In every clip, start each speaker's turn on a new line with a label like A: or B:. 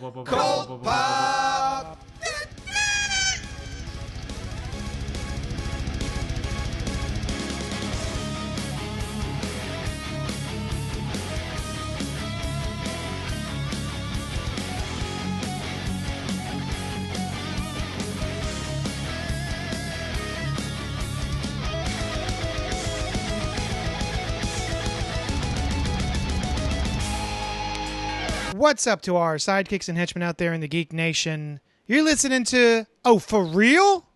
A: Cold Pop!
B: What's up to our sidekicks and henchmen out there in the Geek Nation? You're listening to Oh, for real?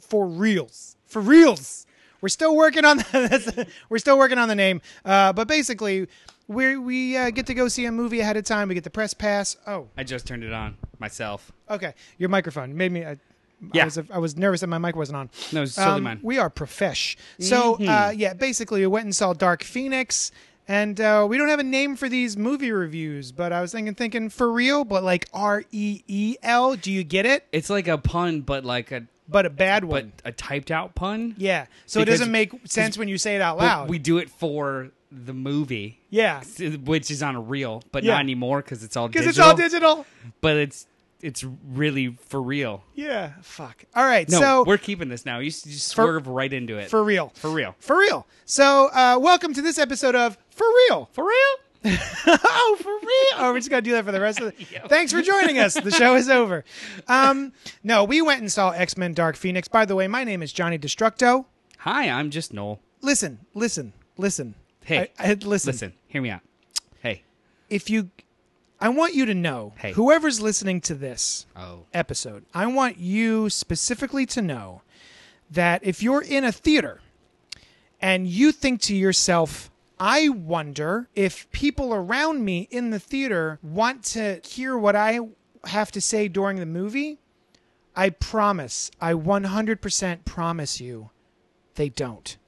B: For reals. For reals. We're still working on the, we're still working on the name. Uh, but basically, we we uh, get to go see a movie ahead of time. We get the press pass. Oh,
C: I just turned it on myself.
B: okay. Your microphone made me I, I
C: Yeah.
B: was I was nervous that my mic wasn't on.
C: No, it's totally
B: Um,
C: mine.
B: We are profesh. So uh,
C: Mm-hmm.
B: yeah, basically, we went and saw Dark Phoenix, and uh, we don't have a name for these movie reviews. But I was thinking, thinking for real, but like R E E L. Do you get it?
C: It's like a pun, but like a
B: But a bad
C: but
B: one.
C: a typed out pun.
B: yeah. So
C: Because-
B: it doesn't make sense when you say it out
C: But
B: loud.
C: We do it for the movie,
B: yeah.
C: which is on a reel, but
B: Yeah.
C: not anymore because it's all
B: Because
C: digital.
B: it's all digital.
C: But it's it's really for real.
B: Yeah. Fuck. All right.
C: No,
B: so
C: we're keeping this now. You s- you swerve right into it
B: for real.
C: for real.
B: For real. So uh, welcome to this episode of For Real.
C: For real.
B: oh, for real? Oh, we're just gonna do that for the rest of the. Thanks for joining us. The show is over. Um, no, we went and saw X Men: Dark Phoenix. By the way, my name is Johnny Destructo.
C: Hi, I'm just Noel.
B: Listen, listen, listen.
C: Hey,
B: I, I- listen,
C: Listen, hear me out. Hey.
B: If you, I want you to know,
C: Hey.
B: whoever's listening to this
C: Oh.
B: episode, I want you specifically to know that if you're in a theater and you think to yourself, I wonder if people around me in the theater want to hear what I have to say during the movie, I promise, I 100% promise you, they don't.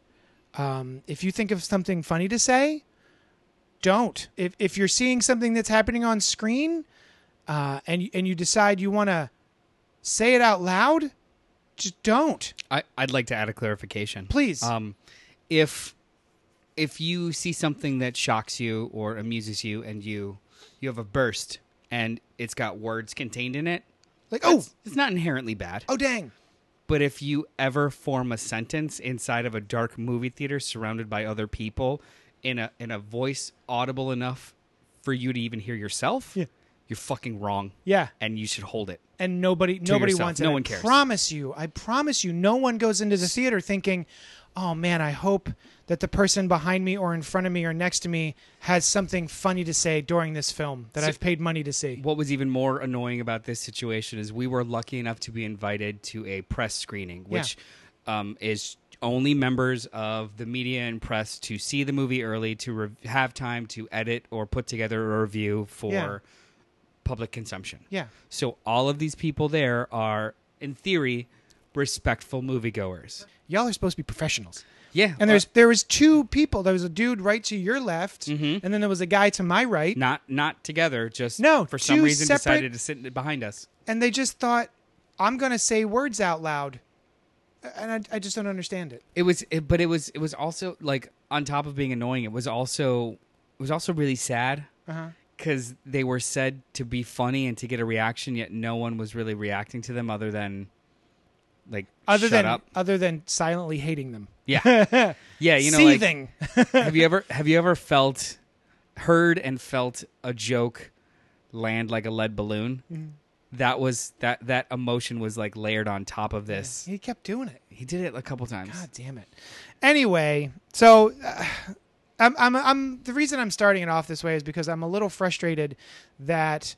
B: Um, if you think of something funny to say, don't. If, if you're seeing something that's happening on screen uh, and, and you decide you want to say it out loud, just don't.
C: I, I'd like to add a clarification.
B: Please.
C: Um, if if you see something that shocks you or amuses you and you you have a burst and it's got words contained in it,
B: Like, oh,
C: it's- it's not inherently bad.
B: oh, dang.
C: But if you ever form a sentence inside of a dark movie theater surrounded by other people in a in a voice audible enough for you to even hear yourself,
B: Yeah.
C: you're fucking wrong.
B: Yeah.
C: And you should hold it.
B: and nobody nobody
C: yourself.
B: wants it.
C: No
B: I
C: one cares.
B: Promise you, I promise you, no one goes into the theater thinking, "Oh man, I hope that the person behind me or in front of me or next to me has something funny to say during this film that I've paid money to see."
C: What was even more annoying about this situation is we were lucky enough to be invited to a press screening, which um, is only members of the media and press to see the movie early, to re- have time to edit or put together a review for
B: Yeah.
C: public consumption.
B: Yeah.
C: So all of these people there are, in theory, respectful moviegoers.
B: Y'all are supposed to be professionals.
C: Yeah.
B: And there's there was two people. There was a dude right to your left, and then there was a guy to my right,
C: not not together, just
B: No,
C: for some
B: two
C: reason
B: separate-
C: decided to sit behind us.
B: and they just thought, "I'm going to say words out loud," and I, I just don't understand it.
C: it was it, but it was it was also like on top of being annoying it was also it was also really sad because they were said to be funny and to get a reaction yet no one was really reacting to them other than like
B: Other
C: shut
B: than
C: up
B: other than silently hating them,
C: yeah yeah you know like,
B: seething.
C: have you ever have you ever felt heard and felt a joke land like a lead balloon
B: Mm-hmm.
C: that was that that emotion was like layered on top of this
B: he kept doing it.
C: he did it a couple times
B: God damn it. Anyway, so uh, I'm, I'm, I'm the reason I'm starting it off this way is because I'm a little frustrated that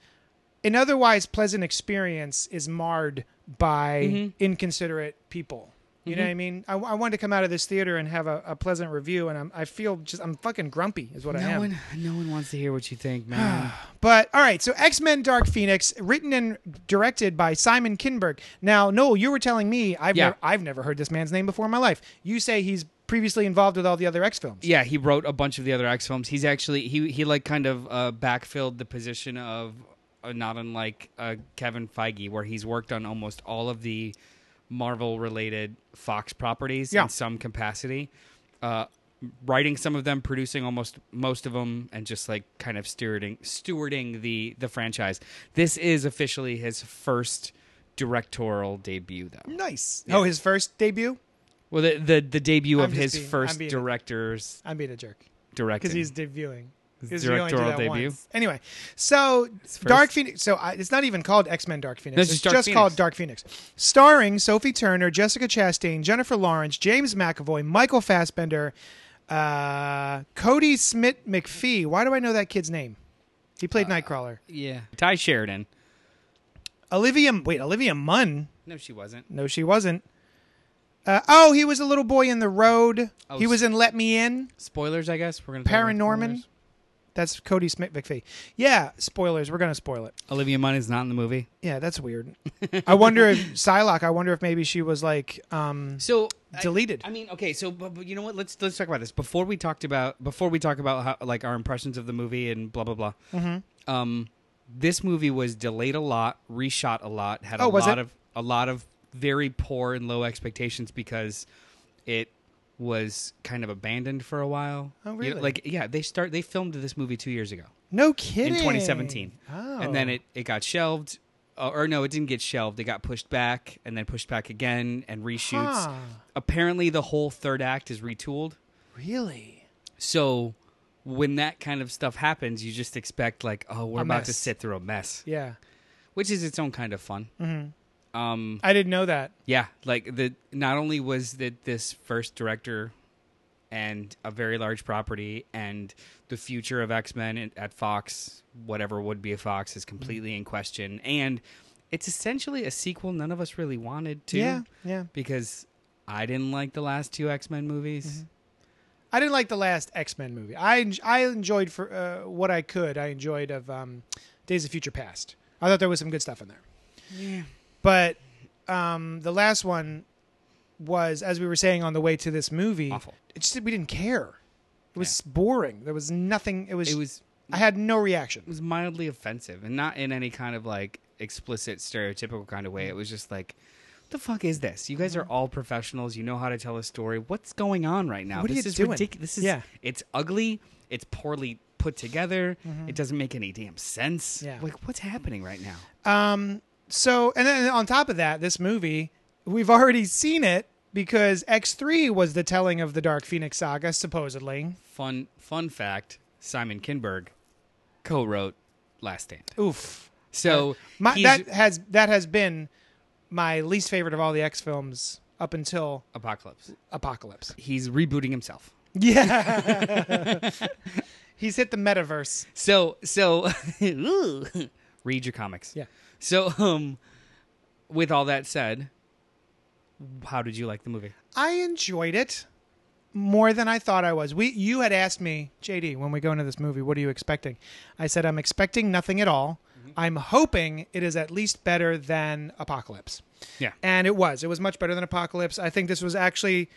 B: an otherwise pleasant experience is marred by
C: Mm-hmm.
B: inconsiderate people. You know what I mean? I, I wanted to come out of this theater and have a, a pleasant review, and I'm, I feel just I'm fucking grumpy, is what I
C: no
B: am.
C: one no one wants to hear what you think man
B: But all right, so X Men: Dark Phoenix, written and directed by Simon Kinberg. Now, Noel, you were telling me I've
C: Yeah.
B: never, I've never heard this man's name before in my life. You say he's previously involved with all the other X films.
C: Yeah, he wrote a bunch of the other X films. He's actually he he like kind of uh, backfilled the position of uh, not unlike uh, Kevin Feige, where he's worked on almost all of the Marvel related Fox properties
B: Yeah.
C: in some capacity. Uh, writing some of them, producing almost most of them, and just like kind of stewarding stewarding the the franchise. This is officially his first directorial debut, though.
B: Nice.
C: Yeah.
B: Oh, his first debut?
C: Well, the the, the debut
B: I'm
C: of
B: just
C: his
B: being- I'm
C: first
B: being-
C: director's
B: I'm being a jerk
C: directing.
B: because he's debuting.
C: His
B: 'Cause we only do
C: directorial
B: that
C: debut?
B: once. Anyway, so
C: first-
B: Dark Phoenix. So I, it's not even called X Men Dark Phoenix.
C: No, it's
B: it's
C: just Dark
B: just
C: Phoenix.
B: called Dark Phoenix, starring Sophie Turner, Jessica Chastain, Jennifer Lawrence, James McAvoy, Michael Fassbender, uh, Cody Smith McPhee. Why do I know that kid's name? He
C: Uh,
B: played Nightcrawler.
C: yeah, Ty Sheridan.
B: Olivia. Wait, Olivia Munn.
C: No, she wasn't.
B: No, she wasn't. Uh, oh, he was a little boy in the road.
C: Oh,
B: he was in Let Me In.
C: Spoilers, I guess we're gonna talk about
B: Paranorman.
C: spoilers.
B: That's Cody Smith McPhee. Yeah, spoilers. We're gonna spoil it.
C: Olivia Munn is not in the movie.
B: Yeah, that's weird. I wonder if Psylocke. I wonder if maybe she was like um
C: So I-
B: deleted.
C: I mean, okay, so but, but you know what? Let's let's talk about this before we talked about before we talk about how, like our impressions of the movie and blah blah blah.
B: Mm-hmm.
C: Um, this movie was delayed a lot, reshot a lot, had
B: Oh,
C: a
B: was
C: lot
B: it?
C: of a lot of very poor and low expectations because it was kind of abandoned for a while.
B: Oh,
C: You-
B: really?
C: like yeah, they start they filmed this movie two years ago
B: no kidding.
C: in 2017.
B: Oh.
C: And then it, it got shelved. Uh, or no, it didn't get shelved. It got pushed back and then pushed back again and reshoots.
B: Huh.
C: Apparently, the whole third act is retooled.
B: really.
C: So when that kind of stuff happens, you just expect, like, oh, we're
B: A
C: about to
B: mess.
C: sit through a mess,
B: Yeah,
C: which is its own kind of fun.
B: Mm-hmm.
C: Um,
B: I didn't know that.
C: yeah, like the not only was that this first director and a very large property and the future of X-Men in- at Fox, whatever would be a Fox is completely in question and it's essentially a sequel none of us really wanted to
B: Yeah, yeah.
C: because I didn't like the last two X-Men movies.
B: I didn't like the last X Men movie. I en- I enjoyed for uh, what I could. I enjoyed of um, Days of Future Past. I thought there was some good stuff in there.
C: Yeah.
B: But um, the last one was, as we were saying on the way to this movie,
C: Awful.
B: It's just, we didn't care. It was boring. There was nothing. It was.
C: It was
B: I had no
C: it
B: reaction.
C: was mildly offensive and not in any kind of like explicit stereotypical kind of way. It was just like the fuck is this? You guys are
B: Mm-hmm.
C: all professionals. You know how to tell a story. What's going on right now?
B: What are
C: this
B: you
C: is
B: doing?
C: ridiculous. This is
B: Yeah.
C: it's ugly. It's poorly put together. It doesn't make any damn sense.
B: Mm-hmm. Yeah.
C: Like what's happening right now?
B: Um. So, and then on top of that, this movie we've already seen it because X three was the telling of the Dark Phoenix saga, supposedly.
C: Fun fun fact, Simon Kinberg co-wrote Last Stand.
B: Oof.
C: So
B: My,
C: he's
B: that has that has been my least favorite of all the X films up until
C: Apocalypse.
B: Apocalypse.
C: He's rebooting himself.
B: Yeah. He's hit the metaverse.
C: So so ooh, read your comics.
B: Yeah.
C: So um with all that said, how did you like the movie?
B: I enjoyed it more than I thought I was. We you had asked me, JD, when we go into this movie, what are you expecting? I said I'm expecting nothing at all. I'm hoping it is at least better than Apocalypse.
C: Yeah.
B: And it was. It was much better than Apocalypse. I think this was actually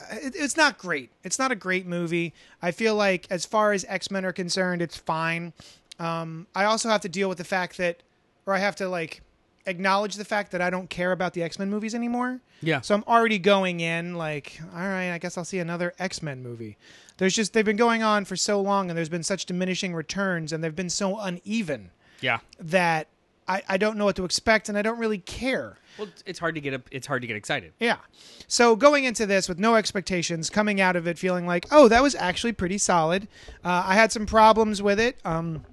B: uh, it, it's not great. It's not a great movie. I feel like as far as X-Men are concerned, it's fine. Um I also have to deal with the fact that or I have to like acknowledge the fact that I don't care about the X-Men movies anymore.
C: Yeah.
B: So I'm already going in like, all right, I guess I'll see another X Men movie. There's just they've been going on for so long, and there's been such diminishing returns, and they've been so uneven
C: yeah.
B: that I, I don't know what to expect, and I don't really care.
C: Well, it's hard to get up it's hard to get excited.
B: Yeah. So going into this with no expectations, coming out of it feeling like, oh, that was actually pretty solid. Uh, I had some problems with it. Um,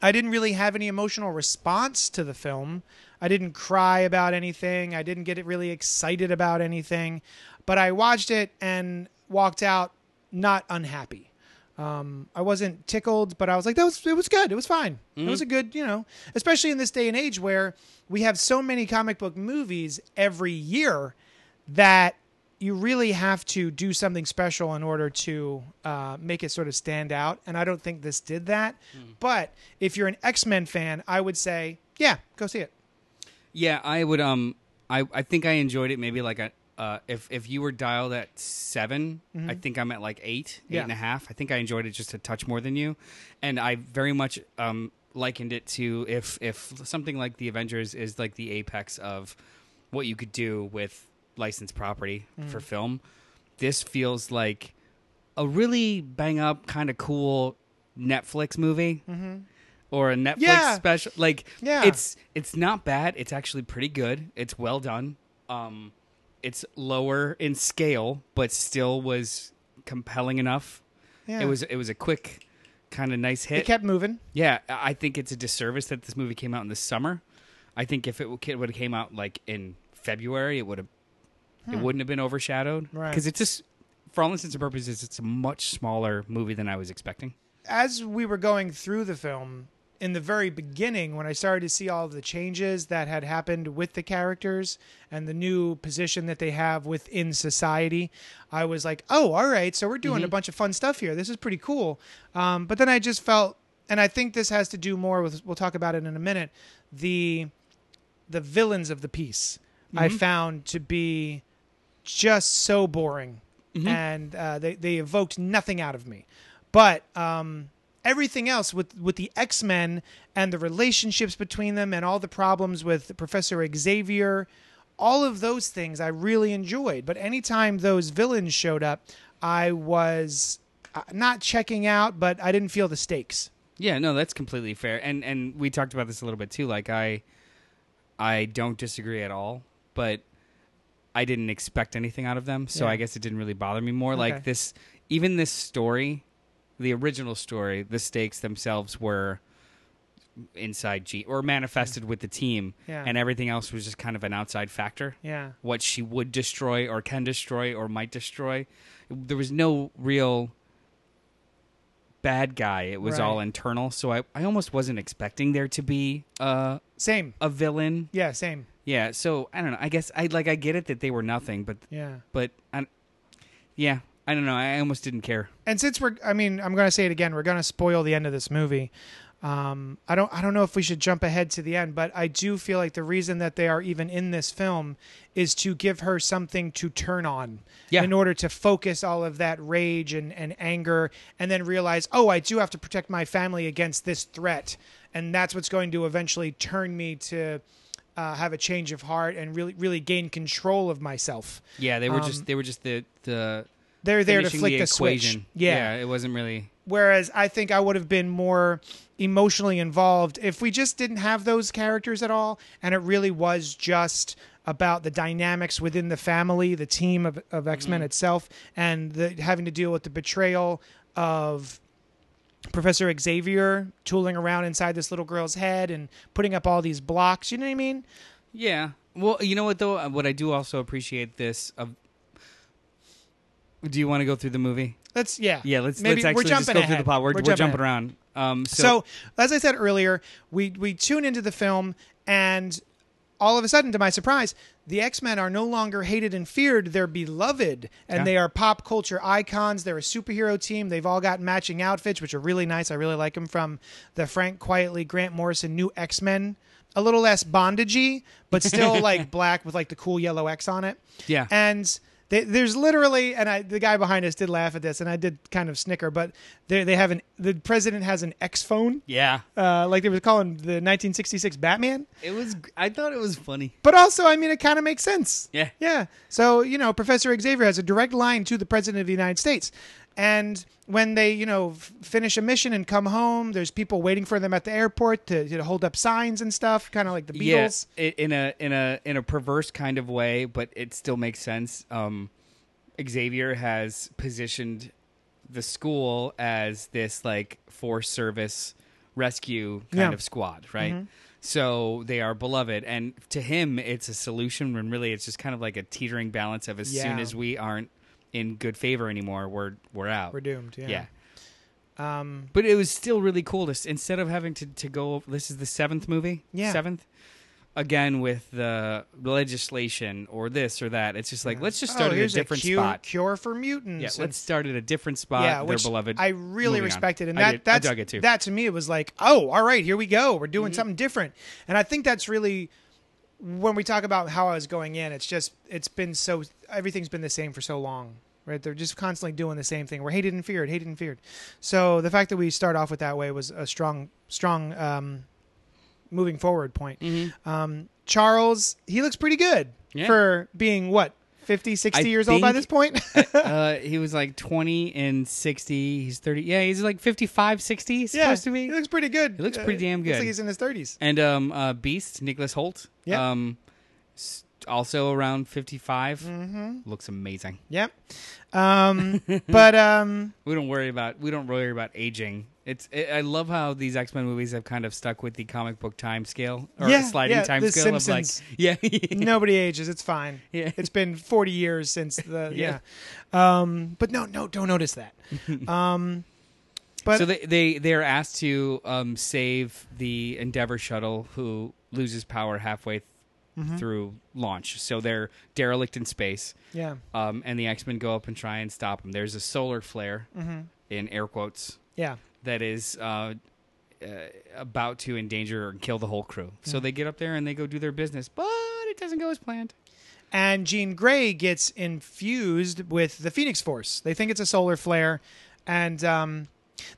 B: I didn't really have any emotional response to the film. I didn't cry about anything. I didn't get really excited about anything. But I watched it and walked out not unhappy. Um, I wasn't tickled, but I was like, that was it was good. It was fine. It
C: Mm-hmm.
B: was a good, you know, especially in this day and age where we have so many comic book movies every year that you really have to do something special in order to uh, make it sort of stand out. And I don't think this did that.
C: Mm-hmm.
B: But if you're an X Men fan, I would say, yeah, go see it.
C: Yeah, I would um I I think I enjoyed it maybe like a uh, if if you were dialed at 7 I think I'm at like eight, eight
B: Mm-hmm. Yeah.
C: and a half. I think I enjoyed it just a touch more than you, and I very much um, likened it to if if something like the Avengers is like the apex of what
B: Mm.
C: you could do with licensed property for film. This feels like a really bang up, kind of cool Netflix movie or a Netflix
B: Mm-hmm. Yeah.
C: special. Like,
B: Yeah.
C: it's it's not bad. It's actually pretty good. It's well done. Um, it's lower in scale, but still was compelling enough.
B: Yeah.
C: It was it was a quick, kind of nice hit.
B: It kept moving.
C: Yeah, I I think it's a disservice that this movie came out in the summer. I think if it would have came out like in February, it would have it wouldn't have been overshadowed
B: Hmm. Right.
C: because it's just for all intents and purposes, it's a much smaller movie than I was expecting.
B: as we were going through the film in the very beginning when i started to see all the changes that had happened with the characters and the new position that they have within society i was like oh all right so we're doing a bunch of fun stuff here this is pretty cool um, but then i just felt and i think this has to do more with we'll talk about it in a minute the the villains of the piece i found to be just so boring and uh, they, they evoked nothing out of me but um, everything else with, with the x-men and the relationships between them and all the problems with professor xavier all of those things i really enjoyed but anytime those villains showed up i was uh, not checking out but i didn't feel the stakes
C: Yeah, no, that's completely fair. And and we talked about this a little bit too. Like I, I don't disagree at all, but I didn't expect anything out of them, so
B: Yeah.
C: I guess it didn't really bother me more.
B: Okay.
C: Like this, even this story, the original story, the stakes themselves were inside G or manifested with the team,
B: Yeah.
C: and everything else was just kind of an outside factor.
B: yeah
C: What she would destroy, or can destroy, or might destroy, there was no real bad guy. It was
B: Right.
C: all internal. So I, I almost wasn't expecting there to be uh,
B: same
C: a villain.
B: yeah same
C: Yeah. So I don't know. I guess I like I get it that they were nothing, but
B: yeah
C: but I, yeah, I don't know. I almost didn't care.
B: and since we're i mean i'm going to say it again we're going to spoil the end of this movie um, I don't. I don't know if we should jump ahead to the end, but I do feel like the reason that they are even in this film is to give her something to turn on,
C: Yeah.
B: in order to focus all of that rage and, and anger, and then realize, oh, I do have to protect my family against this threat, and that's what's going to eventually turn me to uh, have a change of heart and really, really gain control of myself.
C: Yeah, they were just they were just the the
B: They're Um, there to
C: finishing
B: flick the,
C: the
B: switch.
C: equation. yeah, it wasn't really.
B: Whereas I think I would have been more emotionally involved if we just didn't have those characters at all. And it really was just about the dynamics within the family, the team of,
C: Mm-hmm.
B: of X Men itself, and the, having to deal with the betrayal of Professor Xavier tooling around inside this little girl's head and putting up all these blocks. You know what I mean?
C: Yeah. Well, you know what though? Uh, What I do also appreciate this of. Do you want to go through the movie?
B: Let's, yeah.
C: Yeah, let's
B: Maybe
C: let's actually
B: we're
C: just
B: jumping
C: go through
B: ahead.
C: the plot. We're, we're,
B: jumping
C: jumping
B: around.
C: around. Um, so,
B: So, as I said earlier, we we tune into the film, and all of a sudden, to my surprise, the X Men are no longer hated and feared; they're beloved, and
C: Yeah.
B: they are pop culture icons. They're a superhero team. They've all got matching outfits, which are really nice. I really like them from the Frank Quietly Grant Morrison new X Men. A little less bondagey, but still like black with like the cool yellow X on it.
C: Yeah.
B: And they, there's literally, and I, the guy behind us did laugh at this, and I did kind of snicker, but they, they have an, the president has an X phone,
C: yeah,
B: uh, like they were calling the 1966 Batman.
C: it was. I thought it was funny.
B: But also, I mean, it kind of makes sense.
C: Yeah.
B: Yeah. So, you know, Professor Xavier has a direct line to the President of the United States. And when they, you know, f- finish a mission and come home, there's people waiting for them at the airport to, to hold up signs and stuff, kind of like the Beatles.
C: Yeah, i- in a in a in a perverse kind of way, but it still makes sense. Um, Xavier has positioned the school as this like force service rescue kind
B: Yeah. Mm-hmm.
C: of squad, right? So they are beloved, and to him, it's a solution. When really, it's just kind of like a teetering balance of as soon
B: Yeah.
C: as we aren't in good favor anymore, we're we're out.
B: We're doomed. Yeah.
C: yeah.
B: Um,
C: But it was still really cool. This instead of having to to go. This is the seventh movie.
B: Yeah.
C: seventh. Again with the legislation or this or that. It's just like let's just
B: oh,
C: start at a
B: here's
C: different
B: cu-
C: spot.
B: Cure for mutants.
C: Yeah,
B: and
C: let's start at a different spot. They're
B: which
C: beloved.
B: I
C: Moving
B: really
C: on.
B: respected, and
C: I
B: that
C: did. I
B: that's
C: dug it too.
B: that to me it was like, oh, all right, here we go. We're doing something different, and I think that's really when we talk about how I was going in. It's just it's been so everything's been the same for so long, right? They're just constantly doing the same thing. We're hated and feared, hated and feared. So the fact that we start off with that way was a strong, strong um, moving forward point. Um, Charles, he looks pretty good
C: Yeah.
B: for being what 50, 60
C: I
B: years old by
C: think-
B: this point?
C: uh, he was like 20 and 60. He's 30. Yeah, he's like 55, 60 he's supposed to
B: He
C: be.
B: looks pretty good. He
C: looks pretty damn
B: Looks
C: good.
B: like he's in his 30s.
C: And um, uh, Beast, Nicholas Holt.
B: Yeah.
C: Um, s- also around 55. Mm-hmm. Looks amazing.
B: Yep. Um, but um,
C: We don't worry about we don't worry about aging. It's i I love how these X Men movies have kind of stuck with the comic book time scale or
B: Yeah,
C: sliding
B: yeah,
C: time
B: The
C: scale
B: Simpsons.
C: of like yeah
B: nobody ages. It's fine.
C: Yeah.
B: It's been 40 years since the yeah.
C: Yeah.
B: Um, but no, no, don't notice that. Um, but
C: so they, they they're asked to um, save the Endeavor shuttle who loses power halfway th-
B: Mm-hmm.
C: through launch. So they're derelict in space,
B: yeah,
C: um, and the X Men go up and try and stop them. There's a solar flare,
B: Mm-hmm.
C: in air quotes,
B: yeah,
C: that is uh, uh, about to endanger or kill the whole crew. So
B: Hmm.
C: they get up there and they go do their business, but it doesn't go as planned.
B: and Jean Grey gets infused with the Phoenix Force. They think it's a solar flare, and um,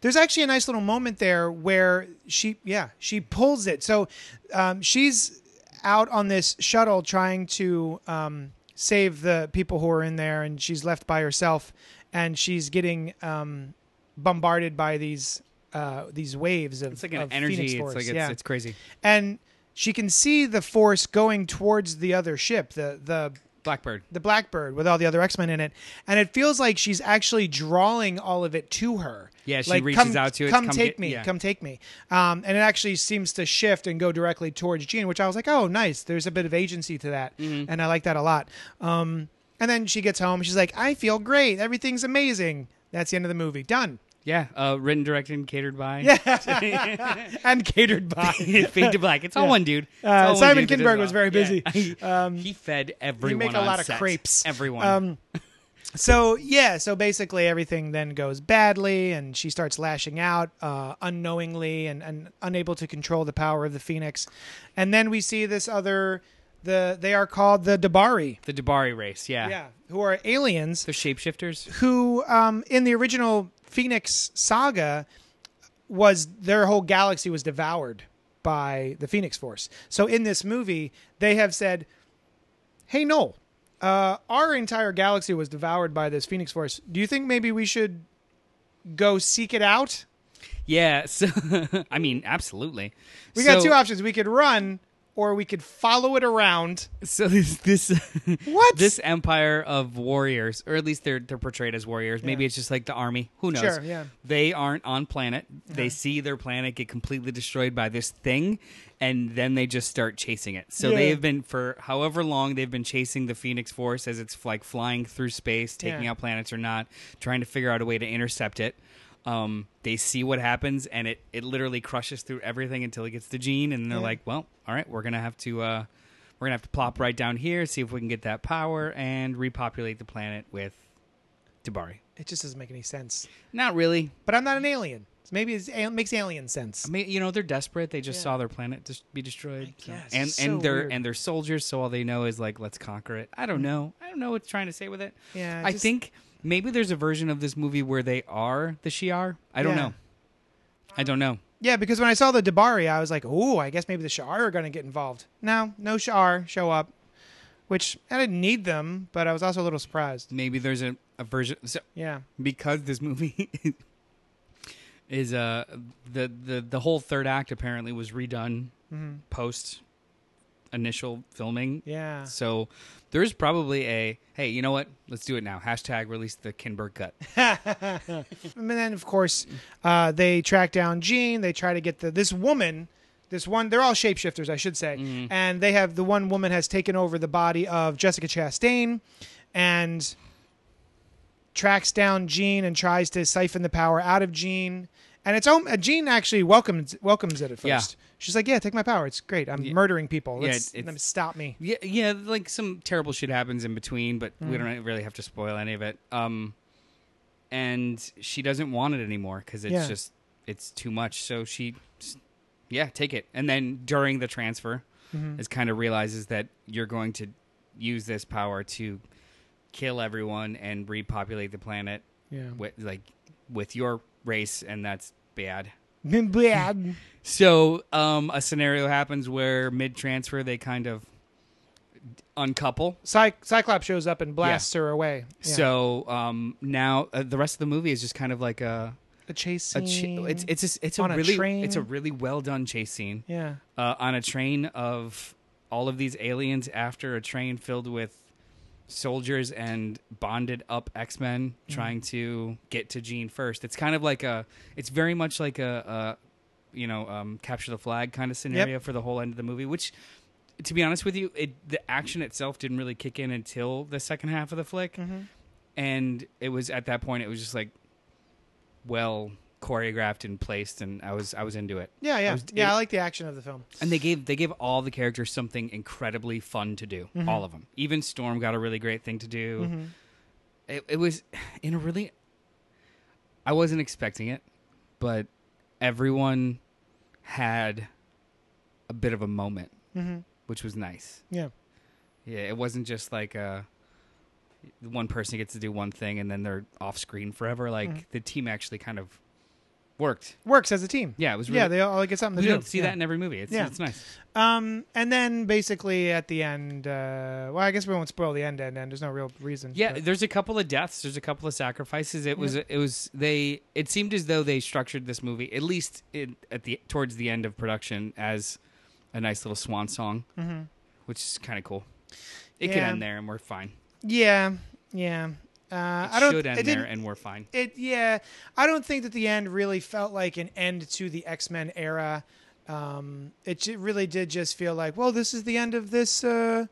B: there's actually a nice little moment there where she, yeah, she pulls it. So um, she's out on this shuttle trying to um, save the people who are in there, and she's left by herself, and she's getting um, bombarded by these. Uh, these waves of
C: It's like an
B: of
C: energy.
B: Phoenix
C: It's
B: Force.
C: like it's,
B: yeah
C: it's crazy.
B: and she can see the force going towards the other ship, the the
C: Blackbird.
B: the Blackbird with all the other X Men in it, and it feels like she's actually drawing all of it to her.
C: Yeah, she
B: like,
C: reaches
B: come,
C: out to it,
B: Come,
C: come
B: take
C: get-
B: me,
C: yeah.
B: come take me. Um, and it actually seems to shift and go directly towards Jean, which I was like, oh, nice. There's a bit of agency to that,
C: Mm-hmm.
B: and I like that a lot. Um, and then she gets home. She's like, I feel great. Everything's amazing. That's the end of the movie. Done.
C: Yeah, uh, written, directed, and catered by.
B: And catered by.
C: Fade to black. It's all one dude. It's
B: Uh,
C: all one
B: Simon
C: dude that does
B: Kinberg
C: it
B: was
C: all.
B: very busy. Um,
C: Yeah. he fed everyone.
B: make a
C: on
B: lot of
C: set.
B: crepes.
C: Everyone.
B: Um, so yeah, so basically everything then goes badly, and she starts lashing out uh, unknowingly and, and unable to control the power of the phoenix. And then we see this other the they are called the Dabari,
C: the Debari race. Yeah.
B: yeah, who are aliens
C: They're shapeshifters.
B: who um, in the original Phoenix saga was their whole galaxy was devoured by the Phoenix Force. So in this movie, they have said, "Hey Noel, uh, our entire galaxy was devoured by this Phoenix Force. Do you think maybe we should go seek it out?
C: Yeah. So, I mean, absolutely.
B: We
C: so,
B: got two options: we could run, or we could follow it around."
C: So this this
B: What?
C: this empire of warriors, or at least they're they're portrayed as warriors. Maybe it's just like the army. Who knows?
B: Sure, yeah. Uh-huh.
C: They aren't on planet. They see their planet get completely destroyed by this thing, and then they just start chasing it. So
B: Yeah.
C: they have been for however long they've been chasing the Phoenix Force as it's like flying through space, taking
B: Yeah.
C: out planets or not, trying to figure out a way to intercept it. Um, they see what happens, and it it literally crushes through everything until it gets to Gene, and they're
B: Yeah.
C: like, "Well, all right, we're gonna have to." Uh, we're gonna have to plop right down here, see if we can get that power, and repopulate the planet with Debari.
B: It just doesn't make any sense.
C: Not really.
B: But I'm not an alien. So maybe it's, it makes alien sense.
C: I mean, you know, they're desperate. They just
B: Yeah.
C: saw their planet just be destroyed, so-
B: guess.
C: and
B: It's so
C: and they're
B: weird. Mm.
C: and they're soldiers. So all they know is like, let's conquer it. I don't know. I don't know what's trying to say with it.
B: Yeah,
C: I
B: just-
C: think maybe there's a version of this movie where they are the Shi'ar. I don't
B: Yeah.
C: know. I don't know.
B: Yeah, because when I saw the Debari, I was like, "Oh, I guess maybe the Sha'ar are going to get involved." No, no Sha'ar show up, which I didn't need them, but I was also a little surprised.
C: Maybe there's a, a version. So
B: Yeah,
C: because this movie is uh the the the whole third act apparently was redone
B: Mm-hmm.
C: post initial filming.
B: yeah,
C: So there's probably a hey, you know what? Let's do it now. Hashtag release the Kinberg cut.
B: and then of course uh, they track down Jean. They try to get the this woman, this one. They're all shapeshifters, I should say,
C: Mm-hmm.
B: and they have the one woman has taken over the body of Jessica Chastain, and tracks down Jean and tries to siphon the power out of Jean. And it's um, Jean actually welcomes welcomes it at
C: Yeah.
B: first. She's like, "Yeah, take my power. It's great. I'm murdering people.
C: Yeah,
B: Let's,
C: it's-
B: let me stop me."
C: Yeah, yeah, like some terrible shit happens in between, but we don't really have to spoil any of it. Um and she doesn't want it anymore cuz it's
B: Yeah.
C: just it's too much. So she s- yeah, take it. And then during the transfer is kind of realizes that you're going to use this power to kill everyone and repopulate the planet
B: Yeah,
C: with like with your race and that's bad.
B: Bleh.
C: So, um, a scenario happens where mid transfer they kind of uncouple.
B: Cy- Cyclops shows up and blasts her away. Yeah.
C: So um, now uh, the rest of the movie is just kind of like a,
B: a chase
C: a
B: scene.
C: ch- it's it's just, it's
B: On
C: a
B: a
C: really
B: train.
C: it's a really well done chase scene
B: yeah.
C: uh, on a train of all of these aliens after a train filled with soldiers and bonded up X Men trying to get to Jean first. It's kind of like a it's very much like a, a you know um, capture the flag kind of scenario for the whole end of the movie, which. To be honest with you, it the action itself didn't really kick in until the second half of the flick
B: Mhm.
C: and it was at that point it was just like well choreographed and placed and i was i was into it
B: Yeah, yeah.
C: I was-
B: yeah,
C: it-
B: I like the action of the film.
C: and they gave they gave all the characters something incredibly fun to do
B: Mm-hmm.
C: all of them even storm got a really great thing to do it, it was in a really i wasn't expecting it but everyone had a bit of a moment
B: Mm-hmm.
C: which was nice
B: Yeah.
C: yeah, it wasn't just like uh one person gets to do one thing and then they're off screen forever. Like
B: Mhm.
C: the team actually kind of worked.
B: Works as a team.
C: Yeah, it was really.
B: Yeah, they all get something
C: we
B: to do.
C: don't see
B: yeah.
C: that in every movie. It's,
B: Yeah.
C: it's nice.
B: Um, and then basically at the end, uh, well, I guess we won't spoil the end. End. End. There's no real reason.
C: Yeah,
B: but-
C: there's a couple of deaths. There's a couple of sacrifices. It was it was they. It seemed as though they structured this movie at least in, at the towards the end of production as a nice little swan song,
B: Mhm.
C: which is kind of cool. It could
B: Yeah.
C: end there and we're fine.
B: Yeah. Yeah.
C: It
B: Uh, I don't.
C: should end
B: it
C: there
B: didn't.
C: and we're fine.
B: It. Yeah. I don't think that the end really felt like an end to the X Men era. Um, it ju- really did just feel like, well, this is the end of this uh,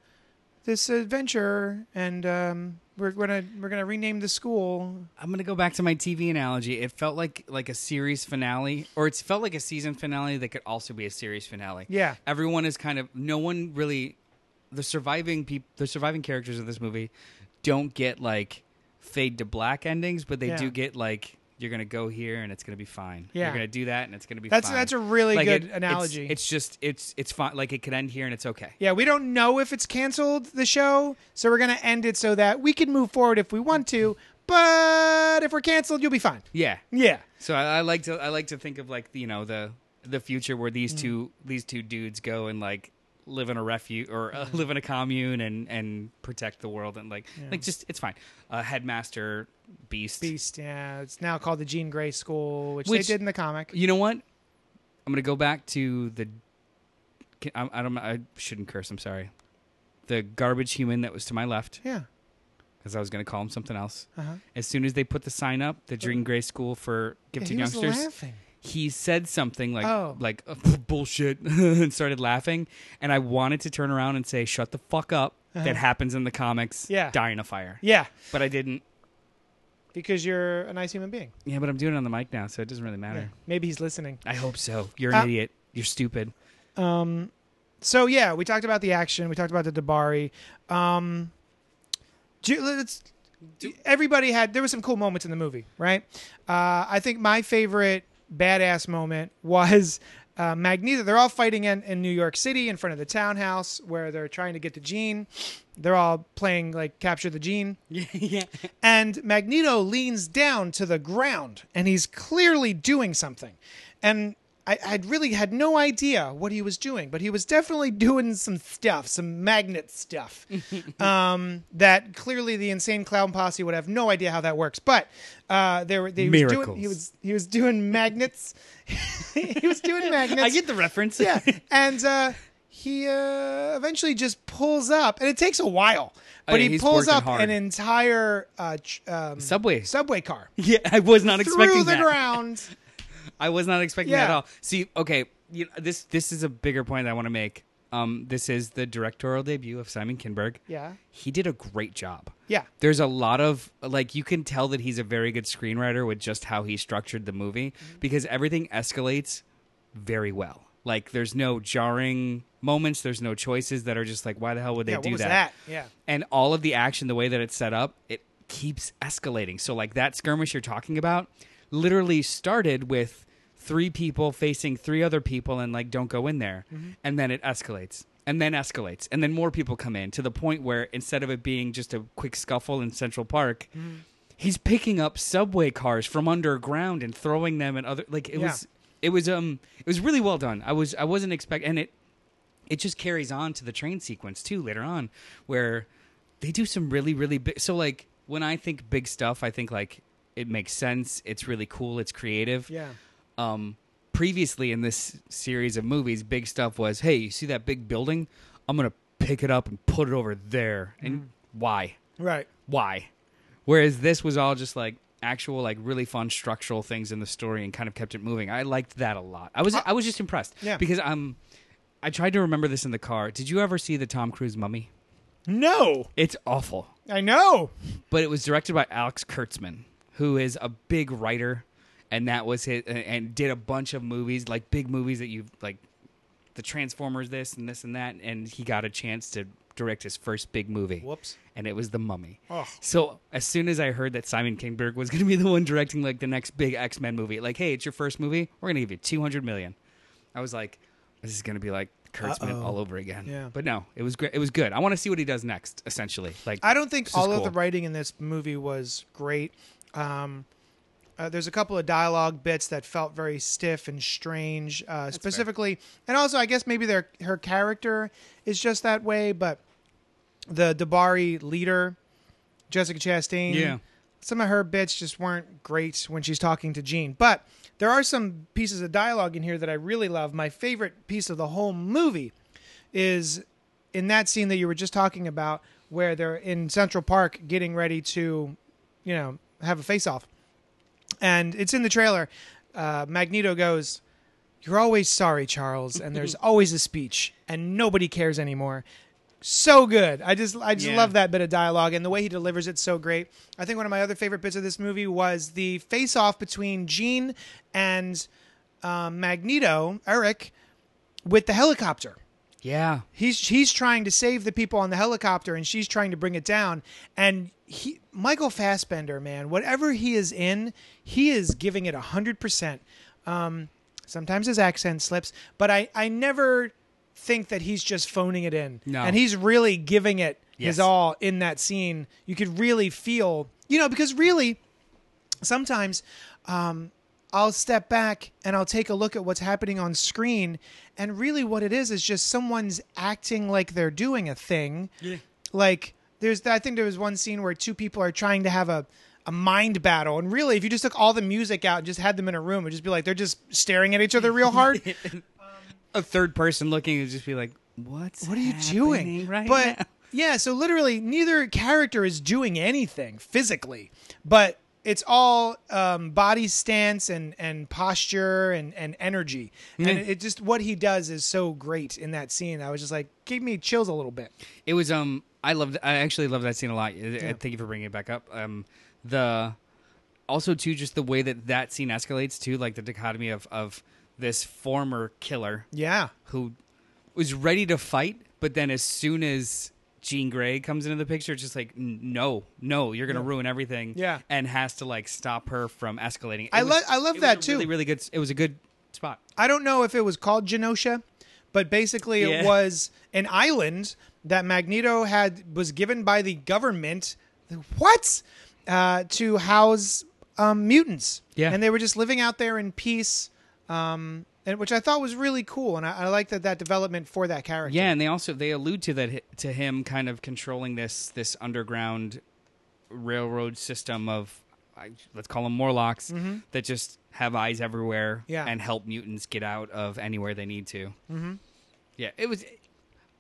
B: this adventure, and um, we're gonna we're gonna rename the school.
C: I'm gonna go back to my TV analogy. It felt like like a series finale, or it's felt like a season finale that could also be a series finale.
B: Yeah.
C: Everyone is kind of no one really the surviving peop the surviving characters of this movie don't get like fade to black endings, but they
B: Yeah.
C: do get like you're gonna go here and it's gonna be fine.
B: Yeah.
C: You're gonna do that and it's gonna be
B: That's
C: fine.
B: that's a really
C: Like, it-
B: good
C: it's-
B: analogy.
C: It's, just it's it's fine. Like it could end here and it's okay.
B: Yeah, we don't know if it's canceled the show, so we're gonna end it so that we can move forward if we want to. But if we're canceled, you'll be fine.
C: Yeah.
B: Yeah,
C: So I, I like to I like to think of like you know the the future where
B: Mm.
C: these two these two dudes go and like live in a refuge or
B: Mm.
C: uh, live in a commune and and protect the world and like like just it's fine. Uh, headmaster beast.
B: Beast. Yeah, it's now called the Jean Grey School, which,
C: Which-
B: they did in the comic.
C: You know what? I'm gonna go back to the. Can- I, I don't. I shouldn't curse. I'm sorry. The garbage human that was to my left,
B: Yeah.
C: because I was gonna call him something else.
B: Uh huh.
C: As soon as they put the sign up, the Dream Gray School for Give to
B: Uh, he was
C: Youngsters.
B: laughing.
C: he said something like
B: Oh.
C: like "Uh, pff, bullshit and started laughing and i wanted to turn around and say shut the fuck up that happens in the comics
B: Uh-huh. Yeah.
C: die in a fire
B: Yeah,
C: but i didn't
B: because you're a nice human being.
C: yeah but i'm doing it on the mic now so it doesn't really
B: Yeah.
C: matter
B: Maybe he's listening.
C: i hope so you're an
B: Uh,
C: idiot you're stupid
B: Um, so yeah, we talked about the action. We talked about the Debari. Um, ju- let's. Everybody had. There were some cool moments in the movie, right? Uh, I think my favorite badass moment was uh, Magneto. They're all fighting in, in New York City in front of the townhouse where they're trying to get the gene. They're all playing like capture the gene
C: yeah
B: and Magneto leans down to the ground and he's clearly doing something. And I, I'd really had no idea what he was doing, but he was definitely doing some stuff, some magnet stuff. um, that clearly the insane clown posse would have no idea how that works. But uh, there were they was doing,
C: Miracles.
B: he was he was doing magnets. he was doing magnets
C: i get the reference
B: yeah. And uh, he uh, eventually just pulls up, and it takes a while, but
C: Oh, yeah,
B: he
C: he's
B: pulls
C: working
B: up
C: hard.
B: an entire uh, tr- um,
C: subway
B: subway car
C: yeah i was not
B: through
C: expecting
B: the
C: that
B: ground.
C: I was not expecting that at
B: Yeah.
C: all. See, okay, you know, this this is a bigger point I want to make. Um, this is the directorial debut of Simon Kinberg.
B: Yeah.
C: he did a great job.
B: Yeah.
C: there's a lot of like you can tell that he's a very good screenwriter with just how he structured the movie
B: Mm-hmm.
C: because everything escalates very well. Like there's no jarring moments. There's no choices that are just like why the hell would they
B: yeah,
C: do
B: what was
C: that?
B: that? Yeah.
C: and all of the action the way that it's set up it keeps escalating so like that skirmish you're talking about literally started with three people facing three other people and like don't go in there
B: Mm-hmm.
C: and then it escalates and then escalates and then more people come in to the point where instead of it being just a quick scuffle in central park
B: Mm-hmm.
C: he's picking up subway cars from underground and throwing them and other like it
B: Yeah.
C: was it was um it was really well done i was i wasn't expect and it it just carries on to the train sequence too later on where they do some really really big so like when i think big stuff i think like it makes sense it's really cool it's creative
B: Yeah.
C: um previously in this series of movies big stuff was hey you see that big building i'm gonna pick it up and put it over there and why
B: Right.
C: why whereas this was all just like actual like really fun structural things in the story and kind of kept it moving i liked that a lot i was i was just impressed
B: Yeah.
C: because i'm i tried to remember this in the car did you ever see the tom cruise mummy
B: No,
C: it's awful
B: I know.
C: but it was directed by alex kurtzman who is a big writer and that was his and- and did a bunch of movies like big movies that you like the transformers this and this and that and he got a chance to direct his first big movie
B: Whoops.
C: and it was the mummy
B: Oh.
C: so as soon as I heard that Simon Kingberg was going to be the one directing like the next big X Men movie, like, hey, it's your first movie, we're going to give you two hundred million. I was like, this is going to be like Kurtzman
B: Uh-oh.
C: all over again.
B: Yeah.
C: But no, it was great. It was good. I want to see what he does next. Essentially, like
B: I don't think
C: This is
B: all of
C: cool.
B: the writing in this movie was great. Um, uh, there's a couple of dialogue bits that felt very stiff and strange, uh, specifically, and also I guess maybe their her character is just that way. But the Dabari leader, Jessica Chastain,
C: Yeah.
B: some of her bits just weren't great when she's talking to Gene. But there are some pieces of dialogue in here that I really love. My favorite piece of the whole movie is in that scene that you were just talking about where they're in Central Park getting ready to, you know, have a face off. And it's in the trailer. Uh, Magneto goes, You're always sorry, Charles. And there's always a speech, and nobody cares anymore. So good. I just I just
C: Yeah.
B: love that bit of dialogue and the way he delivers it's so great. I think one of my other favorite bits of this movie was the face off between Jean and um, Magneto, Eric, with the helicopter
C: yeah,
B: he's he's trying to save the people on the helicopter and she's trying to bring it down and he Michael Fassbender man whatever he is in he is giving it 100% um sometimes his accent slips but I I never think that he's just phoning it in
C: No.
B: and he's really giving it
C: Yes.
B: his all in that scene you could really feel you know because really sometimes um, I'll step back and I'll take a look at what's happening on screen. And really, what it is is just someone's acting like they're doing a thing. Like, there's, I think there was one scene where two people are trying to have a, a mind battle. And really, if you just took all the music out and just had them in a room, it'd just be like they're just staring at each other real hard.
C: a third person looking would just be like, what's
B: what are you
C: happening
B: doing?
C: right
B: but
C: now?
B: yeah, so literally, neither character is doing anything physically, but it's all um, body stance and and posture and and energy,
C: Hmm.
B: and it just what he does is so great in that scene. I was just like, gave me chills a little bit.
C: It was um I loved I actually loved that scene a lot. I- I- Thank you for bringing it back up. Um the also too just the way that that scene escalates too like the dichotomy of of this former killer
B: Yeah,
C: who was ready to fight but then as soon as Jean Grey comes into the picture it's just like "N- no no you're going to ruin everything
B: Yeah.
C: and has to like stop her from escalating. It
B: I
C: was-
B: lo- I love
C: it was
B: that,
C: a
B: too.
C: Really really good s- it was a good spot.
B: I don't know if it was called Genosha, but basically
C: Yeah.
B: it was an island that Magneto had was given by the government. What? Uh, to house um, mutants.
C: Yeah.
B: And they were just living out there in peace, um, and which I thought was really cool. And I, I like that that development for that character.
C: Yeah, and they also they allude to that hi- to him kind of controlling this this underground railroad system of I, let's call them Morlocks that just have eyes everywhere
B: Mm-hmm. Yeah.
C: and help mutants get out of anywhere they need to. Mm-hmm. Yeah, it was.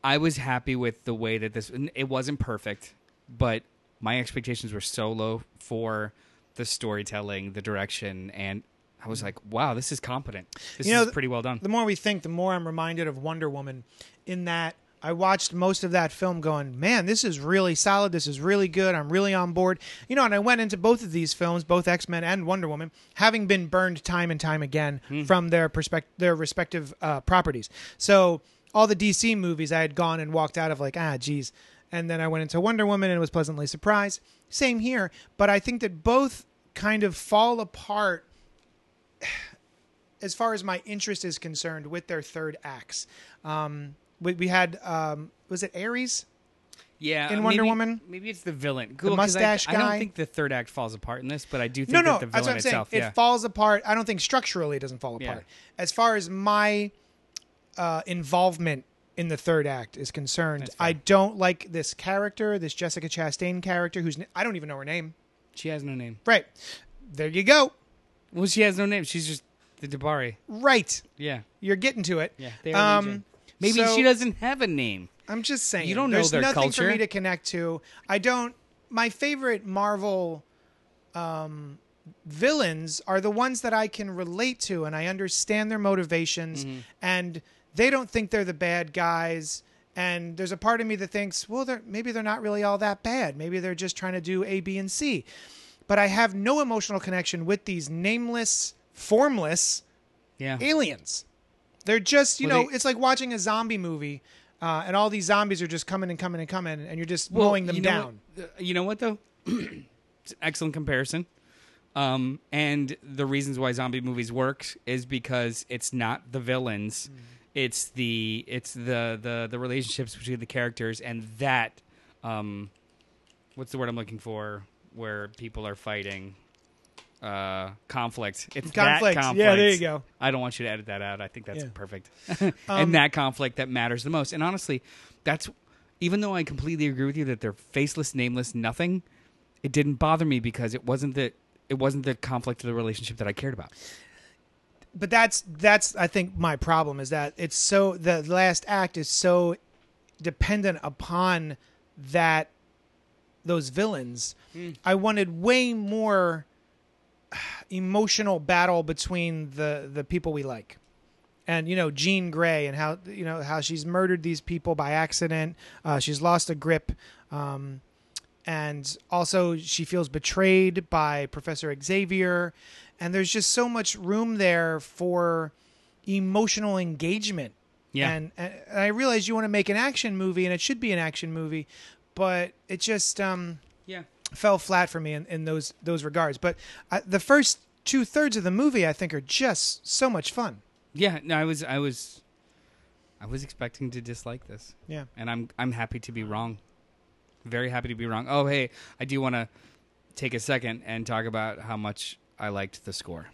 C: I was happy with the way that this. and It wasn't perfect, but my expectations were so low for the storytelling, the direction, and I was like, "Wow, this is competent. This
B: Mm-hmm. You know,
C: is pretty well done."
B: The more we think, the more I'm reminded of Wonder Woman in that I watched most of that film going, man, this is really solid. This is really good. I'm really on board. You know, and I went into both of these films, both X Men and Wonder Woman, having been burned time and time again from their, perspect- their respective uh, properties. So all the DC movies I had gone and walked out of, like, ah, geez. And then I went into Wonder Woman and was pleasantly surprised. Same here, but I think that both kind of fall apart as far as my interest is concerned with their third acts. Um, we, we had um, was it Ares?
C: Yeah,
B: in
C: uh,
B: Wonder
C: maybe-
B: Woman?
C: Maybe it's the villain, Cool, 'cause
B: mustache
C: I, I
B: guy?
C: don't think the third act falls apart in this, but I do think
B: No, no,
C: that the
B: that's what
C: villain
B: I'm
C: itself.
B: saying.
C: yeah.
B: It falls apart. I don't think structurally it doesn't fall
C: Yeah.
B: apart. As far as my uh, involvement in the third act is concerned. I don't like this character, this Jessica Chastain character, who's I don't even know her name.
C: She has no name.
B: Right. There you go.
C: Well, she has no name. She's just the Debari.
B: Right.
C: Yeah.
B: You're getting to it.
C: Yeah. They are
B: Um,
C: legion. Maybe
B: so-
C: she doesn't have a name.
B: I'm just saying.
C: You don't know
B: There's
C: their
B: nothing for
C: culture.
B: me to connect to. I don't. My favorite Marvel um, villains are the ones that I can relate to, and I understand their motivations,
C: Mm-hmm.
B: and they don't think they're the bad guys. And there's a part of me that thinks, well, they're, maybe they're not really all that bad. Maybe they're just trying to do A, B, and C. But I have no emotional connection with these nameless, formless
C: Yeah.
B: aliens. They're just, you
C: Well,
B: know,
C: they-
B: it's like watching a zombie movie, uh, and all these zombies are just coming and coming and coming, and you're just
C: Well,
B: mowing them
C: you know
B: down.
C: what- uh, you know what though? it's an excellent comparison. Um, and the reasons why zombie movies work is because it's not the villains,
B: Mm.
C: it's the it's the the the relationships between the characters, and that um, what's the word I'm looking for? Where people are fighting. Uh, conflict. It's
B: Conflict.
C: That conflict.
B: Yeah, there you go.
C: I don't want you to edit that out. I think that's
B: Yeah. Um,
C: perfect. and that conflict that matters the most. And honestly, that's even though I completely agree with you that they're faceless, nameless, nothing, it didn't bother me because it wasn't the it wasn't the conflict of the relationship that I cared about.
B: But that's that's I think my problem is that it's so the last act is so dependent upon that those villains. I wanted way more emotional battle between the the people we like. and you know Jean Grey and how you know how she's murdered these people by accident. Uh, she's lost a grip, um, and also she feels betrayed by Professor Xavier. And there's just so much room there for emotional engagement.
C: Yeah.
B: and, and I realize you want to make an action movie, and it should be an action movie, but it just um,
C: Yeah.
B: fell flat for me in, in those those regards. But uh, the first two thirds of the movie, I think, are just so much fun.
C: Yeah, no, I was I was I was expecting to dislike this.
B: Yeah.
C: And I'm I'm happy to be wrong. Very happy to be wrong. Oh hey, I do wanna take a second and talk about how much I liked the score.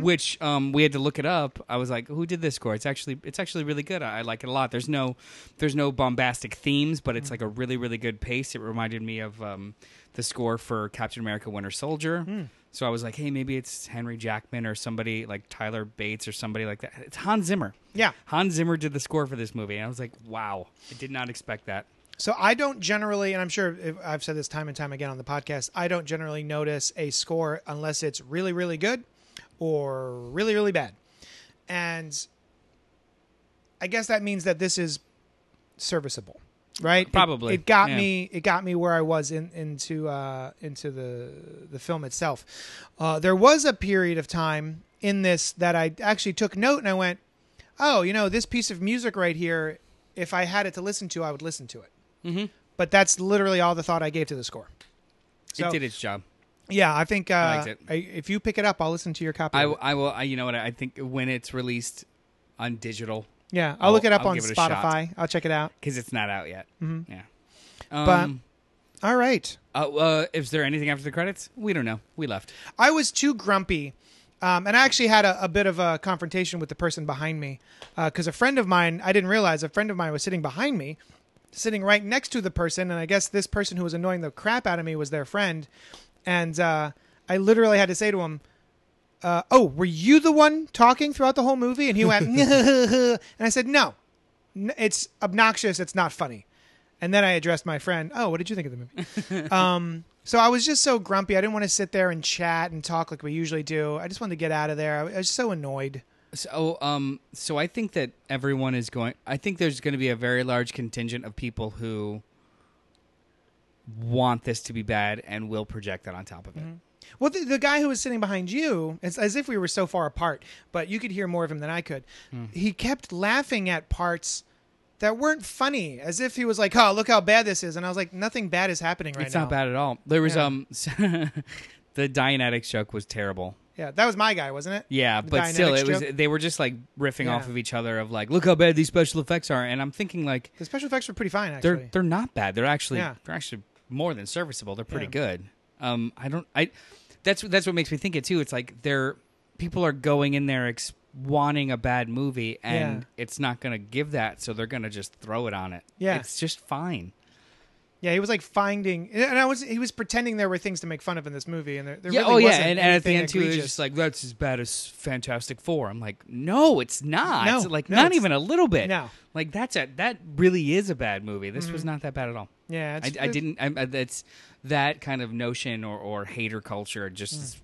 C: Which um, we had to look it up. I was like, "Who did this score?" It's actually it's actually really good. I, I like it a lot. There's no there's no bombastic themes, but it's like a really really good pace. It reminded me of um, the score for Captain America: Winter Soldier. So I was like, "Hey, maybe it's Henry Jackman or somebody like Tyler Bates or somebody like that." It's Hans Zimmer.
B: Yeah.
C: Hans Zimmer did the score for this movie, and I was like, "Wow, I did not expect that."
B: So I don't generally, and I'm sure if I've said this time and time again on the podcast, I don't generally notice a score unless it's really, really good or really, really bad. And I guess that means that this is serviceable, right? It-
C: Probably,
B: It, got
C: yeah.
B: me. It got me where I was in, into uh, into the the film itself. Uh, there was a period of time in this that I actually took note and I went, oh, you know, this piece of music right here. If I had it to listen to, I would listen to it
C: Mm-hmm.
B: but that's literally all the thought I gave to the score. So-
C: it did its job.
B: Yeah, I think uh,
C: liked it.
B: I- if you pick it up, I'll listen to your copy.
C: I,
B: of it.
C: I will. I, you know what? I think when it's released on digital,
B: yeah, I'll,
C: I'll-
B: look it up
C: I'll
B: on
C: give it a shot.
B: Spotify. I'll check it out.
C: because it's not out yet.
B: Mm-hmm.
C: Yeah. Um,
B: All right.
C: uh, uh, is there anything after the credits? We don't know. We left.
B: I was too grumpy. Um, and I actually had a, a bit of a confrontation with the person behind me because a friend of mine, I didn't realize a friend of mine was sitting behind me, sitting right next to the person. And I guess this person who was annoying the crap out of me was their friend. And uh, I literally had to say to him, uh, Oh, were you the one talking throughout the whole movie? And he went, And I said, No, N- it's obnoxious. It's not funny. And then I addressed my friend, Oh, what did you think of the movie? So I was just so grumpy. I didn't want to sit there and chat and talk like we usually do. I just wanted to get out of there. I was- I was so annoyed.
C: So, um, so I think that everyone is going. I think there's going to be a very large contingent of people who want this to be bad and will project that on top of it.
B: Mm-hmm. Well, the, the guy who was sitting behind you, it's as if we were so far apart, but you could hear more of him than I could.
C: Hmm.
B: He kept laughing at parts that weren't funny, as if he was like, "Oh, look how bad this is," and I was like, "Nothing bad is happening right
C: It's
B: now."
C: not bad at all. There was
B: Yeah.
C: um, the Dianetics joke was terrible.
B: Yeah, that was my guy, wasn't it?
C: Yeah,
B: The
C: but still,
B: Dianetics
C: it was
B: joke.
C: they were just like riffing
B: Yeah.
C: off of each other of like, look how bad these special effects are, and I'm thinking like
B: The special effects were pretty fine, actually.
C: they're they're not bad. They're actually
B: Yeah.
C: they're actually more than serviceable. They're pretty
B: Yeah.
C: good. Um, I don't I that's that's what makes me think it too. It's like they're people are going in there ex- wanting a bad movie and
B: Yeah.
C: it's not going to give that so they're going to just throw it on it.
B: Yeah.
C: It's just fine.
B: Yeah, he was like finding, and I was he was pretending there were things to make fun of in this movie, and there, there
C: yeah,
B: really
C: oh yeah,
B: wasn't
C: and, and at the
B: anything
C: end too, it's
B: egregious.
C: just like that's as bad as Fantastic Four. I'm like, no, it's not.
B: No,
C: like
B: no,
C: not
B: it's-
C: even a little bit.
B: No. Mm-hmm.
C: like that's a that really is a bad movie. This was not that bad at all.
B: yeah,
C: I,
B: it's-
C: I didn't. I, I, that's that kind of notion or, or hater culture just is
B: Mm.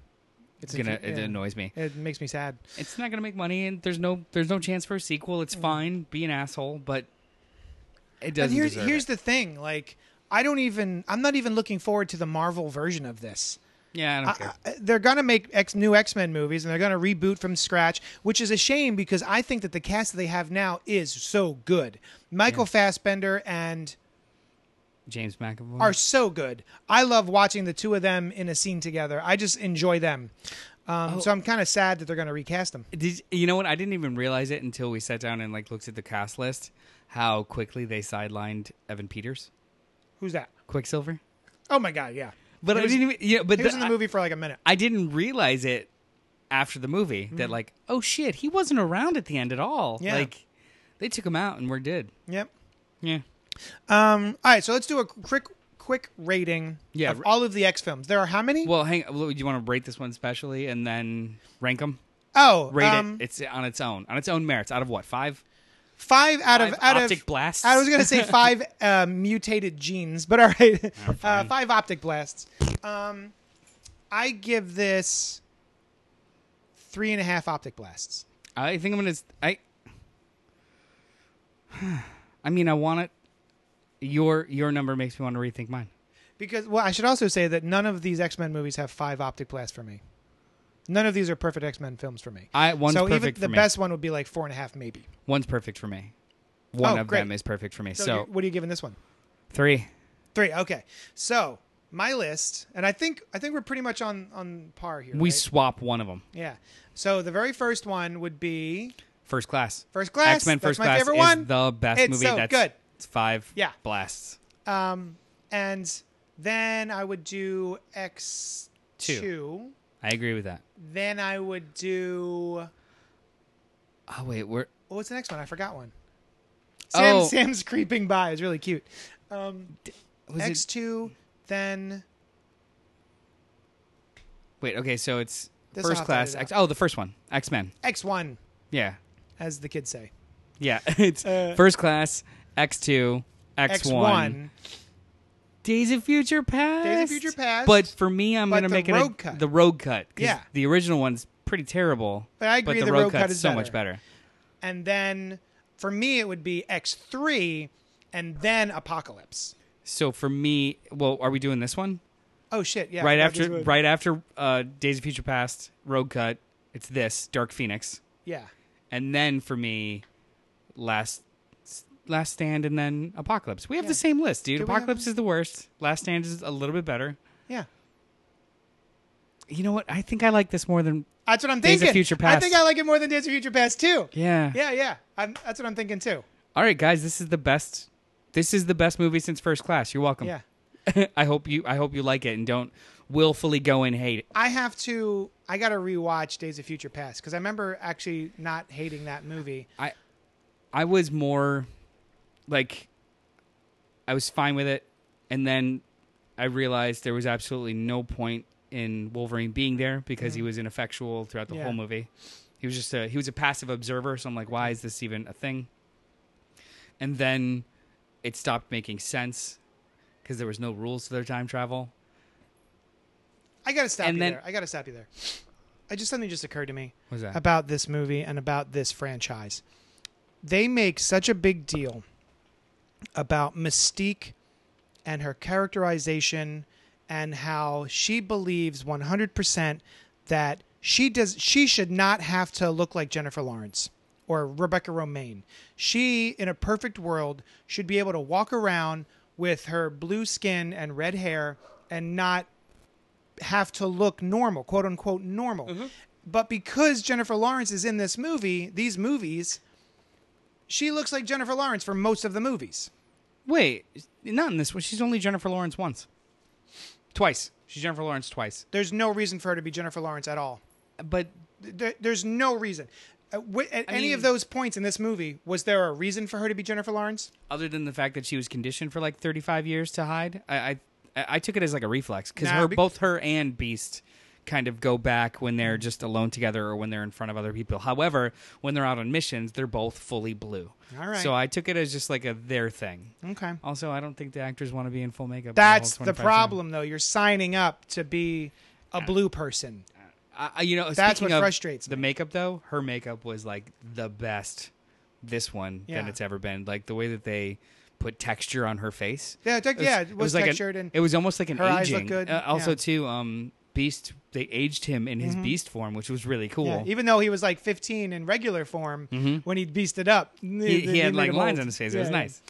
B: It's
C: gonna
B: infuri-
C: it
B: yeah.
C: annoys me.
B: It makes me sad.
C: It's not gonna make money, and there's no there's no chance for a sequel. It's fine. Be an asshole, but it doesn't.
B: Mm. and here's
C: deserve
B: here's
C: it.
B: the thing, like I don't even I'm not even looking forward to the Marvel version of this.
C: yeah, I don't care.
B: I- I- they're going to make X, new X Men movies and they're going to reboot from scratch, which is a shame because I think that the cast that they have now is so good. Michael Fassbender and
C: James McAvoy.
B: are so good. I love watching the two of them in a scene together. I just enjoy them.
C: Oh.
B: Um, So I'm kind of sad that they're going to recast them.
C: Did you know what? I didn't even realize it until we sat down and like looked at the cast list. How quickly they sidelined Evan Peters,
B: Who's that?
C: Quicksilver.
B: Oh my god, yeah.
C: But
B: He
C: I
B: was-
C: didn't even. Yeah, but
B: He was
C: the-
B: in the
C: I-
B: movie for like a minute.
C: I, didn't realize it after the movie that like, oh shit, he wasn't around at the end at all.
B: Mm-hmm. Yeah.
C: Like, they took him out and we're dead.
B: Yep.
C: Yeah.
B: Um. All right, so let's do a quick quick rating
C: Yeah,
B: of
C: r-
B: all of the X films. There are how many?
C: Well, hang. well, Do you want to rate this one specially and then rank them?
B: oh,
C: Rate
B: um,
C: it. It's on its own, on its own merits. Out of what? Five.
B: five out of
C: Five
B: out
C: optic
B: of
C: blasts.
B: I was gonna say five uh, mutated genes, but all right,
C: Oh,
B: uh, five optic blasts. Um, I give this three and a half optic blasts.
C: I think I'm gonna. I. I mean, I want it. Your your number makes me want to rethink mine.
B: Because well, I should also say that none of these X Men movies have five optic blasts for me. None of these are perfect X Men films for me.
C: I one's
B: so
C: perfect
B: even the
C: for me.
B: best one would be like four and a half, maybe.
C: One's perfect for me. One
B: Oh,
C: of
B: great.
C: them is perfect for me. So,
B: So, you- what are you giving this one?
C: three.
B: Three. Okay. So my list, and I think I think we're pretty much on on par here.
C: We
B: right?
C: swap one of them.
B: yeah. So the very first one would be
C: First class.
B: First Class.
C: X Men
B: That's
C: First
B: my
C: Class
B: favorite
C: is
B: one.
C: the best
B: It's
C: movie.
B: so
C: That's
B: good.
C: It's five.
B: Yeah.
C: Blasts.
B: Um, and then I would do X
C: Two.
B: two.
C: I agree with that.
B: Then I would do
C: Oh wait, we're
B: oh, what's the next one? I forgot one. Sam,
C: Oh.
B: Sam's creeping by is really cute. Um,
C: was
B: X
C: it?
B: two, then
C: Wait. Okay. So it's
B: This I'll have
C: first
B: to
C: class.
B: edit
C: X. Oh, the first one. X Men.
B: X one,
C: Yeah.
B: as the kids say.
C: Yeah. It's
B: Uh,
C: first class. X two. X
B: X
C: one.
B: one.
C: Days of Future Past.
B: Days of Future Past.
C: But for me, I'm
B: But
C: going to
B: the
C: make it
B: road
C: a,
B: cut.
C: the road cut. 'cause
B: Yeah.
C: The original one's pretty terrible.
B: But I agree
C: the, road, cut is so much better.
B: And then for me it would be X three, and then Apocalypse.
C: So for me, well, are we doing this one
B: Oh shit! Yeah.
C: right
B: I
C: after?
B: just would-
C: Right after uh, Days of Future Past, road cut. It's this Dark Phoenix,
B: Yeah.
C: and then for me, last. Last Stand and then Apocalypse. We have
B: Yeah.
C: the same list, dude.
B: Do we have-
C: Apocalypse is the worst. Last Stand is a little bit better.
B: Yeah.
C: You know what? I think I like this more than
B: That's what I'm
C: Days of
B: thinking.
C: Future
B: I think
C: Past.
B: I like it more than Days of Future Past too.
C: yeah.
B: Yeah, yeah. I'm, that's what I'm thinking too.
C: All right, guys, this is the best. This is the best movie since First Class. You're welcome.
B: Yeah.
C: I hope you. I hope you like it and don't willfully go and hate it.
B: I have to. I got to rewatch Days of Future Past because I remember actually not hating that movie.
C: I, I was more, like, I was fine with it, and then I realized there was absolutely no point in Wolverine being there because he was ineffectual throughout the
B: Yeah.
C: whole movie. He was just a he was a passive observer. So I'm like, why is this even a thing? And then it stopped making sense because there was no rules to their time travel.
B: I got to stop
C: And
B: you
C: then-
B: there. I got to stop you there. I just something just occurred to me
C: What was that?
B: about this movie and about this franchise. They make such a big deal about Mystique and her characterization and how she believes 100% that she does she should not have to look like Jennifer Lawrence or Rebecca Romaine. She in a perfect world should be able to walk around with her blue skin and red hair and not have to look normal, quote unquote normal. But because Jennifer Lawrence is in this movie, these movies, she looks like Jennifer Lawrence for most of the movies.
C: Wait, not in this one. She's only Jennifer Lawrence once. Twice. She's Jennifer Lawrence twice.
B: There's no reason for her to be Jennifer Lawrence at all.
C: But
B: There, there's no reason. At, wh- at any
C: mean-
B: of those points in this movie, was there a reason for her to be Jennifer Lawrence?
C: Other than the fact that she was conditioned for like 35 years to hide, I I, I I took it as like a reflex because
B: Nah,
C: her
B: be-
C: both her and Beast kind of go back when they're just alone together or when they're in front of other people. However, when they're out on missions, they're both fully blue.
B: All right.
C: So I took it as just like a their thing.
B: Okay.
C: Also, I don't think the actors want to be in full makeup.
B: That's
C: whole
B: the
C: 25
B: problem, though. You're signing up to be a blue person.
C: I, I- you know,
B: That's
C: speaking
B: what
C: of
B: frustrates
C: The makeup, though, her makeup was like the best. This one
B: Yeah.
C: than it's ever been. Like the way that they put texture on her face.
B: Yeah, it-
C: It was-
B: yeah, it was
C: like an-
B: textured and-
C: it was almost like an
B: her
C: aging.
B: eyes looked good,
C: Uh, also,
B: yeah. Mm-hmm.
C: too, um, Beast. They aged him in his Beast form, which was really cool. Mm-hmm.
B: Yeah, even though he was like 15 in regular form when he beasted up,
C: he, he had like lines on his face. it was nice.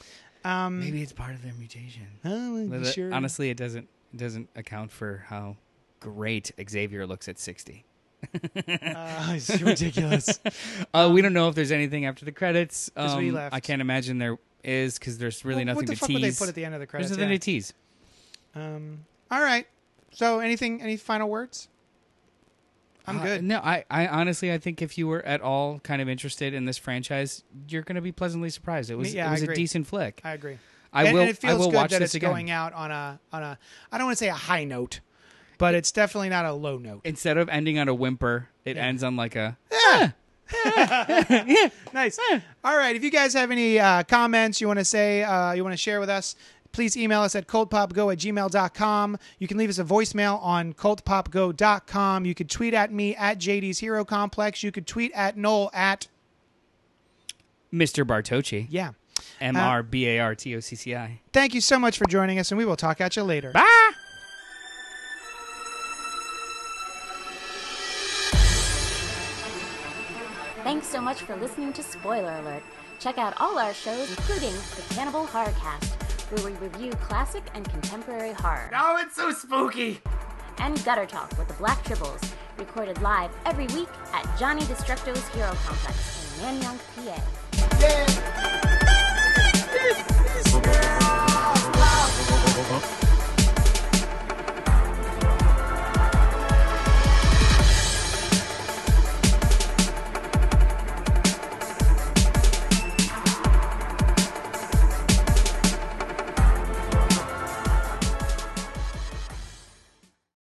B: Um,
C: Maybe it's part of their mutation.
B: oh,
C: But that-
B: sure.
C: Honestly, it doesn't it doesn't account for how great Xavier looks at sixty.
B: Uh, it's ridiculous.
C: Uh, we don't know if there's anything after the credits.
B: 'Cause we
C: Um,
B: left.
C: I can't imagine there is because there's really nothing
B: Well, what the
C: to
B: fuck
C: tease.
B: would they put at the end of the
C: there's
B: credits?
C: nothing
B: Yeah.
C: to tease.
B: Um, all right. So, anything? Any final words? I'm
C: Uh,
B: good.
C: No, I, I honestly, I think if you were at all kind of interested in this franchise, you're going to be pleasantly surprised. It was
B: yeah, I
C: it was a
B: agree.
C: decent flick.
B: I agree.
C: I
B: and,
C: will
B: and it feels
C: I will
B: good
C: watch
B: that
C: this
B: it's
C: again.
B: going out on a on a. I don't want to say a high note, but it's definitely not a low note.
C: Instead of ending on a whimper, it
B: Yeah.
C: ends on like a
B: Nice. All right. If you guys have any uh, comments you want to say, uh, you want to share with us, please email us at cultpopgo at gmail.com. You can leave us a voicemail on cultpopgo.com. You could tweet at me at JD's Hero Complex. You could tweet at Noel at,
C: Mr. Bartocci,
B: yeah.
C: M R B A R T O C C I.
B: Thank you so much for joining us, and we will talk at you later.
C: Bye.
D: Ah!
A: Thanks so much for listening to Spoiler Alert. Check out all our shows, including the Cannibal Horrorcast, where we review classic and contemporary horror.
D: Oh, it's so spooky.
A: And Gutter Talk with the Black Tribbles, recorded live every week at Johnny Destructo's Hero Complex in Nanyang, PA.
D: Yeah.